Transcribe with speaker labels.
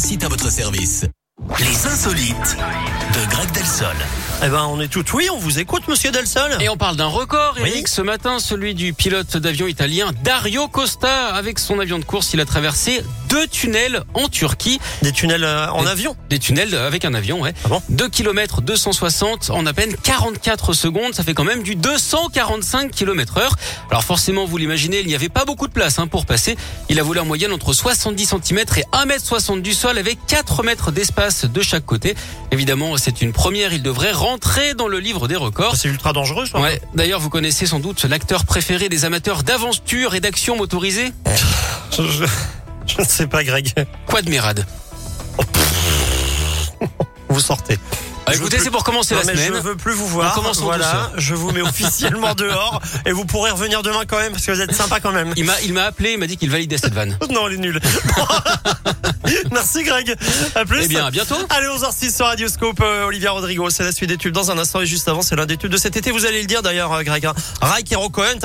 Speaker 1: site à votre service. Les insolites de Greg Delsol.
Speaker 2: Eh ben, on est tout oui, on vous écoute, monsieur Delsol.
Speaker 3: Et on parle d'un record,
Speaker 2: Oui.
Speaker 3: Eric, ce matin, celui du pilote d'avion italien Dario Costa. Avec son avion de course, il a traversé deux tunnels en Turquie.
Speaker 2: Des tunnels euh, en
Speaker 3: Des-
Speaker 2: avion.
Speaker 3: Des tunnels avec un avion, ouais.
Speaker 2: Ah bon
Speaker 3: 2 km 260 en à peine 44 secondes, ça fait quand même du 245 km heure. Alors forcément, vous l'imaginez, il n'y avait pas beaucoup de place hein, pour passer. Il a volé en moyenne entre 70 cm et 1,60 m du sol avec 4 mètres d'espace de chaque côté. Évidemment, c'est une première, il devrait rentrer dans le livre des records.
Speaker 2: Ah, C'est ultra dangereux, ça.
Speaker 3: Ouais. D'ailleurs, vous connaissez sans doute l'acteur préféré des amateurs d'aventure et d'action motorisée,
Speaker 2: Je, je- je ne sais pas, Greg.
Speaker 3: Quadmerad.
Speaker 2: Vous sortez.
Speaker 3: Ah,
Speaker 2: Je
Speaker 3: écoutez,
Speaker 2: veux
Speaker 3: c'est pour commencer
Speaker 2: Non,
Speaker 3: la
Speaker 2: mais
Speaker 3: semaine.
Speaker 2: je veux plus vous voir.
Speaker 3: On commence en
Speaker 2: voilà,
Speaker 3: douceur.
Speaker 2: je vous mets officiellement dehors et vous pourrez revenir demain quand même parce que vous êtes sympa quand même.
Speaker 3: Il m'a, il m'a appelé, il m'a dit qu'il validait cette vanne.
Speaker 2: Non, elle est nulle. Merci, Greg. À plus.
Speaker 3: Eh bien, à bientôt.
Speaker 2: Allez, 11h06 sur Radioscope, euh, Olivia Rodrigo, c'est la suite des tubes dans un instant et juste avant, c'est l'un des tubes de cet été, vous allez le dire d'ailleurs, euh, Greg. hein. Raik et Rocco Hunt